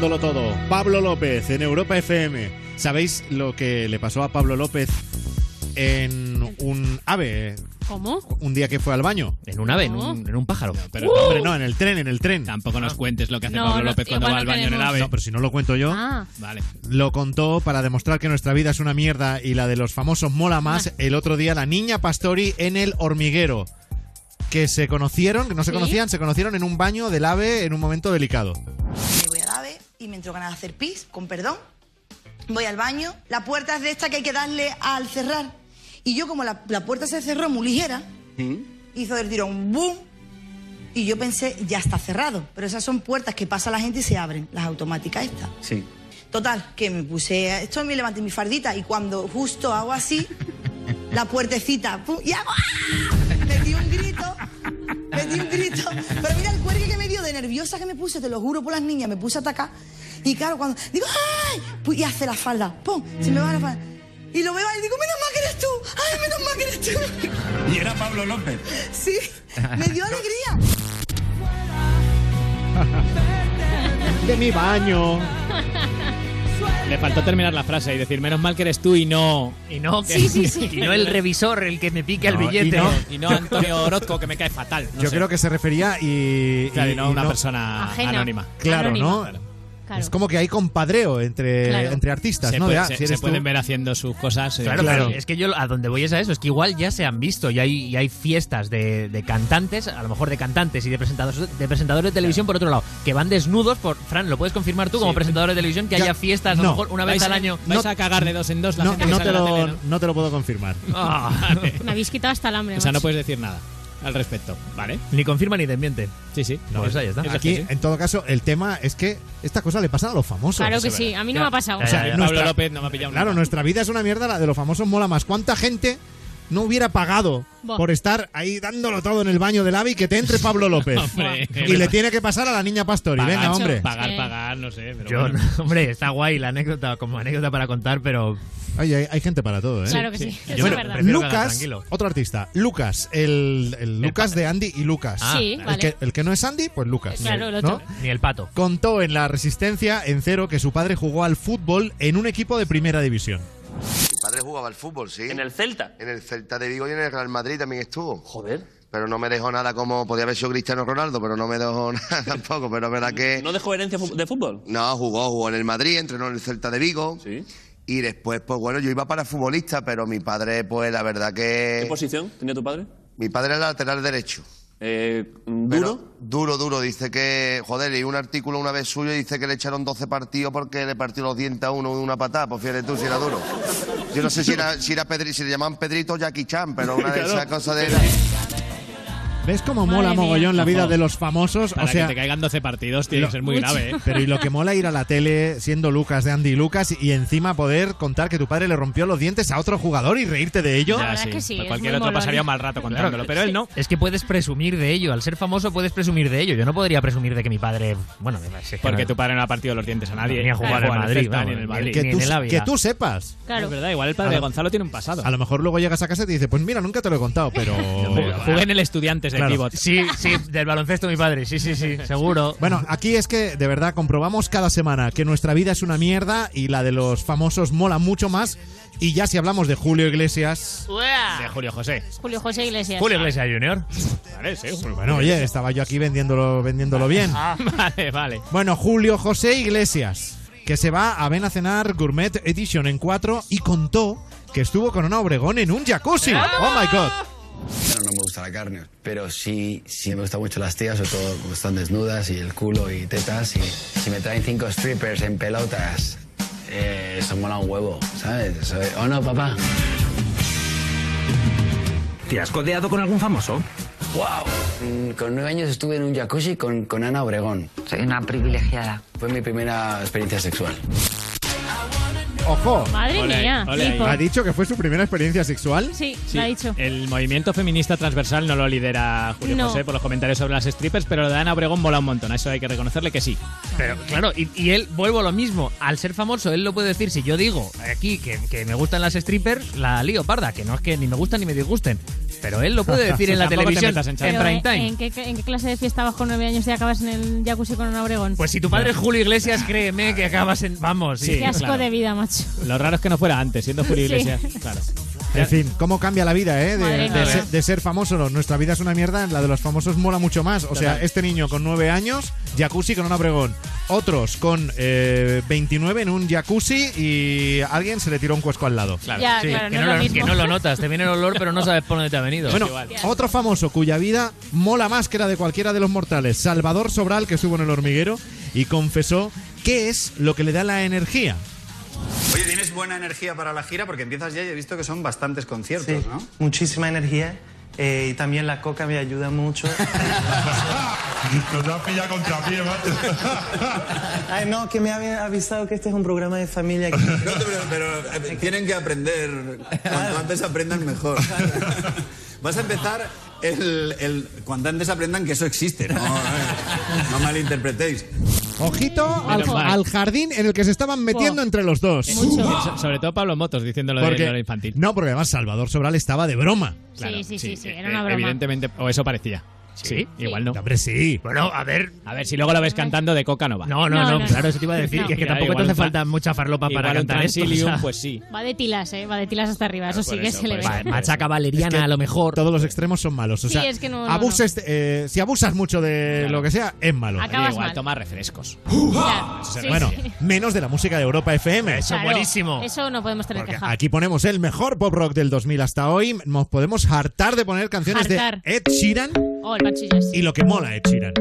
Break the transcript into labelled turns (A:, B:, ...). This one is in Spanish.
A: Dándolo todo. Pablo López en Europa FM. ¿Sabéis lo que le pasó a Pablo López en un ave?
B: ¿Cómo?
A: Un día que fue al baño.
C: En un ave, en un, en un pájaro.
A: Pero no, hombre, no, en el tren, en el tren.
C: Tampoco nos cuentes lo que hace
B: Uh. No,
C: Pablo
B: no,
C: López cuando
B: igual
C: va
B: no
C: al baño en el
B: queremos.
C: ave.
A: No, pero si no lo cuento yo.
B: Ah,
C: Vale.
A: Lo contó para demostrar que nuestra vida es una mierda y la de los famosos mola
C: Ah.
A: más el otro día la niña Pastori en el hormiguero. Que se conocieron, que no se
B: ¿Sí?
A: conocían, se conocieron en un baño del ave en un momento delicado.
D: Me voy al ave y me entró ganas de hacer pis, con perdón. Voy al baño, la puerta es de esta que hay que darle al cerrar. Y yo, como la, la puerta se cerró muy ligera, hizo del tirón boom. Y yo pensé, ya está cerrado. Pero esas son puertas que pasa la gente y se abren, las automáticas estas.
E: Sí.
D: Total, que me puse a- esto, me levanté mi fardita y cuando justo hago así, la puertecita, ¡pum! y hago ¡ah! Metí un grito, metí un grito. Pero mira el cuergue que me dio de nerviosa que me puse, te lo juro por las niñas, me puse a atacar. Y claro, cuando digo, ¡ay! Pu- Y hace la falda, ¡pum! Se me va la falda. Y lo veo y digo, menos mal que eres tú, ¡ay, menos mal que eres tú!
E: Y era Pablo López.
D: Sí, me dio alegría.
A: De mi baño.
C: Le faltó terminar la frase y decir, menos mal que eres tú y no.
F: Y no, que-
B: Sí, sí, sí.
F: y no el revisor, el que me pica
A: No,
F: el
A: y
F: billete.
A: no.
C: Y no Antonio Orozco, que me cae fatal. No
A: yo
C: sé.
A: creo que se refería y.
C: Claro, y
A: y-
C: no
A: y
C: una persona
B: Ajena.
C: anónima.
A: Claro,
B: Anónima.
A: ¿no?
C: Claro.
B: claro.
A: Es como que hay compadreo entre,
B: Claro.
A: entre artistas,
C: Se,
A: ¿no?
C: puede-
A: De, ah,
C: se-
A: si
C: se
A: eres tú-
C: pueden ver haciendo sus cosas. eh,
F: Claro,
A: Claro.
F: pero es que yo a donde voy es a eso, es que igual ya se han visto y hay, y hay fiestas de, de cantantes, a lo mejor de cantantes y de presentadores de presentadores de televisión por otro lado, que van desnudos por Fran, lo puedes confirmar tú como
C: Sí.
F: presentador de televisión que
A: Ya-
F: haya fiestas a
A: no.
F: lo mejor una vez
C: Vais a-
F: al año.
C: Vais
A: No-
C: a cagar de dos en dos la
A: no,
C: gente que
A: no
C: sale
A: te
C: a la
A: lo,
C: tele, ¿no?
A: no te lo puedo confirmar.
F: Ah,
B: Me habéis quitado hasta el hambre.
C: O sea, no
B: macho.
C: puedes decir nada al respecto. ¿Vale?
F: ni confirma ni desmiente.
C: Sí, sí.
F: No, pues ahí está.
C: Eso es
A: Aquí,
C: que sí.
A: en todo caso, el tema es que esta cosa le pasa a los famosos.
B: Claro que
C: es
B: sí,
C: verdad.
B: a mí no me ha pasado.
F: O sea,
A: ya, ya.
C: Pablo
A: nuestra-
C: López no me ha pillado
A: Claro,
C: nunca.
A: nuestra vida es una mierda, la de los famosos mola más. ¿Cuánta gente no hubiera pagado
B: Buah.
A: por estar ahí dándolo todo en el baño del AVI y que te entre Pablo López?
C: Hombre,
A: y le tiene que pasar a la niña Pastori.
C: pagar,
A: Venga, hombre.
C: Pagar,
B: Sí.
C: pagar, no sé. Pero
F: Yo,
C: bueno.
F: hombre, está guay la anécdota como anécdota para contar, pero
A: Oye, hay, hay gente para todo, ¿eh?
B: Claro que sí,
C: sí.
B: eso
F: Yo
B: es
F: no-
B: verdad.
F: prefiero cagar
A: Lucas,
F: tranquilo.
A: otro artista. Lucas, el, el Lucas de Andy y Lucas.
B: Ah, Sí,
A: el,
B: vale.
A: que, el que no es Andy, pues Lucas.
B: Claro, el
A: ¿no?
B: otro.
F: ni el pato.
A: Contó en La Resistencia, en cero, que su padre jugó al fútbol en un equipo de primera división.
G: Mi padre jugaba al fútbol, sí.
H: En el Celta.
G: En el Celta de Vigo y en el Real Madrid también estuvo.
H: Joder.
G: Pero no me dejó nada como podía haber sido Cristiano Ronaldo, pero no me dejó nada tampoco. Pero es verdad que.
H: ¿No dejó herencia fu- de fútbol?
G: No, jugó, jugó en el Madrid, entrenó en el Celta de Vigo.
H: Sí.
G: Y después, pues bueno, yo iba para futbolista, pero mi padre, pues la verdad
H: ¿Qué
G: que.
H: posición tenía tu padre?
G: Mi padre era lateral derecho.
H: Eh,
G: Pero-
H: ¿Duro?
G: duro, duro. Dice que, joder, y un artículo una vez suyo y dice que le echaron 12 partidos porque le partió los dientes a uno de una patada. Pues fíjate tú si era duro. Yo no sé si era, si era Pedri, si le llamaban Pedrito o Jackie Chan, pero una de esas cosas de...
A: ¿Ves cómo
B: Madre
A: mola
B: mía.
A: mogollón la vida de los famosos?
C: Para
A: o sea,
C: que te caigan 12 partidos tiene
A: lo-
C: que ser muy
B: Mucho.
C: grave, ¿eh?
A: Pero y lo que mola ir a la tele siendo Lucas de Andy y Lucas y encima poder contar que tu padre le rompió los dientes a otro jugador y reírte de ello.
B: La
C: Ya,
B: verdad es que sí,
C: Pues
B: es
C: cualquier
B: muy ¿eh?
C: otro
B: molón.
C: pasaría un mal rato contándolo, pero él no.
F: Es que puedes presumir de ello, al ser famoso puedes presumir de ello. Yo no podría presumir de que mi padre, bueno, es que
C: Porque
F: no-
C: tu padre no le ha partido los dientes a nadie.
F: Ni a jugar
C: Ni
F: al
C: en el
F: Madrid,
C: Celta, ni
F: vamos,
C: en el
F: ni-
C: Madrid.
A: que,
F: ni
A: tú,
F: en el AVI,
A: que
F: ya.
A: tú sepas.
C: Es
B: Claro.
C: verdad, igual el padre de Gonzalo tiene un pasado.
A: A lo mejor luego llegas a casa y te dice, pues mira, nunca te lo he contado, pero...
C: Jugué jugué en el Estudiantes de
A: Claro.
C: pívot.
F: Sí, sí, del baloncesto mi padre, sí, sí, sí, seguro.
A: Bueno, aquí es que de verdad comprobamos cada semana que nuestra vida es una mierda y la de los famosos mola mucho más. Y ya si hablamos de Julio Iglesias...
B: Ah.
C: De Julio José.
B: Julio José Iglesias.
F: Julio Iglesias Junior.
C: Vale, sí. Julio. Ah,
A: Bueno, oye, estaba yo aquí vendiéndolo, vendiéndolo bien.
C: Vale, vale.
A: Bueno, Julio José Iglesias, que se va a Ven a Cenar Gourmet Edition en 4 y contó que estuvo con una Obregón en un jacuzzi. ¡Oh, my God!
I: No, no me gusta la carne, pero sí, sí me gustan mucho las tías, sobre todo cuando están desnudas y el culo y tetas. Y si me traen cinco strippers en pelotas, eh, eso mola un huevo, ¿sabes? Eso es- ¿O no, papá?
J: ¿Te has codeado con algún famoso?
I: Mm, Con nueve años estuve en un jacuzzi con, con Ana Obregón.
K: Soy una privilegiada.
I: Fue mi primera experiencia sexual.
A: Ojo,
B: Madre
C: Ole ahí,
B: mía.
C: ole ahí.
B: flipo.
A: ha dicho que fue su primera experiencia sexual.
B: Sí,
C: Sí,
B: lo ha dicho.
C: El movimiento feminista transversal no lo lidera Julio
B: No.
C: José por los comentarios sobre las strippers, pero lo de Ana Obregón mola un montón. A eso hay que reconocerle que sí.
F: Pero claro, y, y él, vuelvo a lo mismo, al ser famoso, él lo puede decir, si yo digo aquí que, que me gustan las strippers, la lío parda, que no es que ni me gustan ni me disgusten, pero él lo puede decir en la
C: Tampoco te
F: televisión,
C: metas en
F: en
C: charlas.
B: Pero,
F: prime
B: ¿eh?
F: time.
B: ¿en qué, en qué clase de fiesta vas con nueve años y acabas en el jacuzzi con un obregón?
F: Pues si tu padre es Julio Iglesias, créeme que acabas en... Vamos,
C: Sí.
B: Qué asco
C: claro.
B: de vida, macho.
C: Lo raro es que no fuera antes, siendo Julio
B: Sí.
C: Iglesias. Claro.
A: En fin, cómo cambia la vida, ¿eh?
B: Madre
A: De, de
B: mía.
A: ser, de ser famoso. Nuestra vida es una mierda, la de los famosos mola mucho más. O sea,
C: Total.
A: este niño con 9 años, jacuzzi con un abregón. Otros con eh, 29 en un jacuzzi y alguien se le tiró un cuesco al lado.
C: Claro.
B: ya,
F: Sí,
B: claro,
F: que,
B: no,
F: no
B: es
F: lo,
B: lo mismo.
F: que no lo notas, te viene el olor pero no sabes por dónde te ha venido.
A: Bueno,
C: igual.
A: otro famoso cuya vida mola más que la de cualquiera de los mortales, Salvador Sobral, que estuvo en el hormiguero y confesó qué es lo que le da la energía.
E: Oye, ¿tienes buena energía para la gira? Porque empiezas ya y he visto que son bastantes conciertos, ¿no?
K: Muchísima energía eh, y también la coca me ayuda mucho.
E: Nos has pillado contra pie,
K: Ay, no, que me había avisado que este es un programa de familia.
E: pero, eh, tienen que aprender. Cuanto antes aprendan, mejor. Vas a empezar el, el- Cuanto antes aprendan que eso existe, ¿no? No malinterpretéis.
A: Ojito al,
C: Menos mal.
A: al jardín en el que se estaban metiendo
B: Oh.
A: entre los dos.
B: Mucho.
C: So- sobre todo Pablo Motos diciendo lo de
A: Porque-
C: lo de infantil.
A: No, porque además Salvador Sobral estaba de broma.
C: Claro,
B: sí, sí, sí, sí,
C: eh,
B: era una
C: eh,
B: broma.
C: Evidentemente, o eso parecía. Sí, igual no.
A: Hombre, sí.
F: Bueno, a ver...
C: A ver, si luego lo ves cantando de coca no va.
F: No, no,
B: No,
F: no,
B: no, no.
F: claro, eso te iba a decir,
B: No.
F: que, es que
C: Mira,
F: tampoco te
C: igual
F: hace
C: un tra-
F: falta mucha farlopa
C: Igual
F: para
C: un
F: cantar esto. o
C: Transilium,
F: sea,
C: pues sí.
B: Va de tilas, ¿eh? Va de tilas hasta arriba.
C: Claro,
B: eso sí
C: por
B: que
C: eso,
B: se le
C: por
B: ve.
C: eso.
F: ma- Machaca valeriana
A: Es que
F: a lo mejor.
A: Todos los extremos son malos. O
B: Sí,
A: sea,
B: es que no, no,
A: abuses, eh, si abusas mucho de
C: Claro.
A: lo que sea, es malo.
B: Acá-
C: Oye,
B: Acabas
C: igual
B: mal.
C: tomar refrescos.
B: Ya, sí,
A: bueno,
B: sí.
A: menos de la música de Europa FM.
F: Eso es
B: Claro,
F: buenísimo.
B: Eso no podemos tener
A: Porque
B: queja.
A: aquí ponemos el mejor pop rock del 2000 hasta hoy. Nos podemos hartar de poner canciones
B: Hartar.
A: de Ed Sheeran
B: Oh, el bachillas.
A: y lo que mola Ed Sheeran.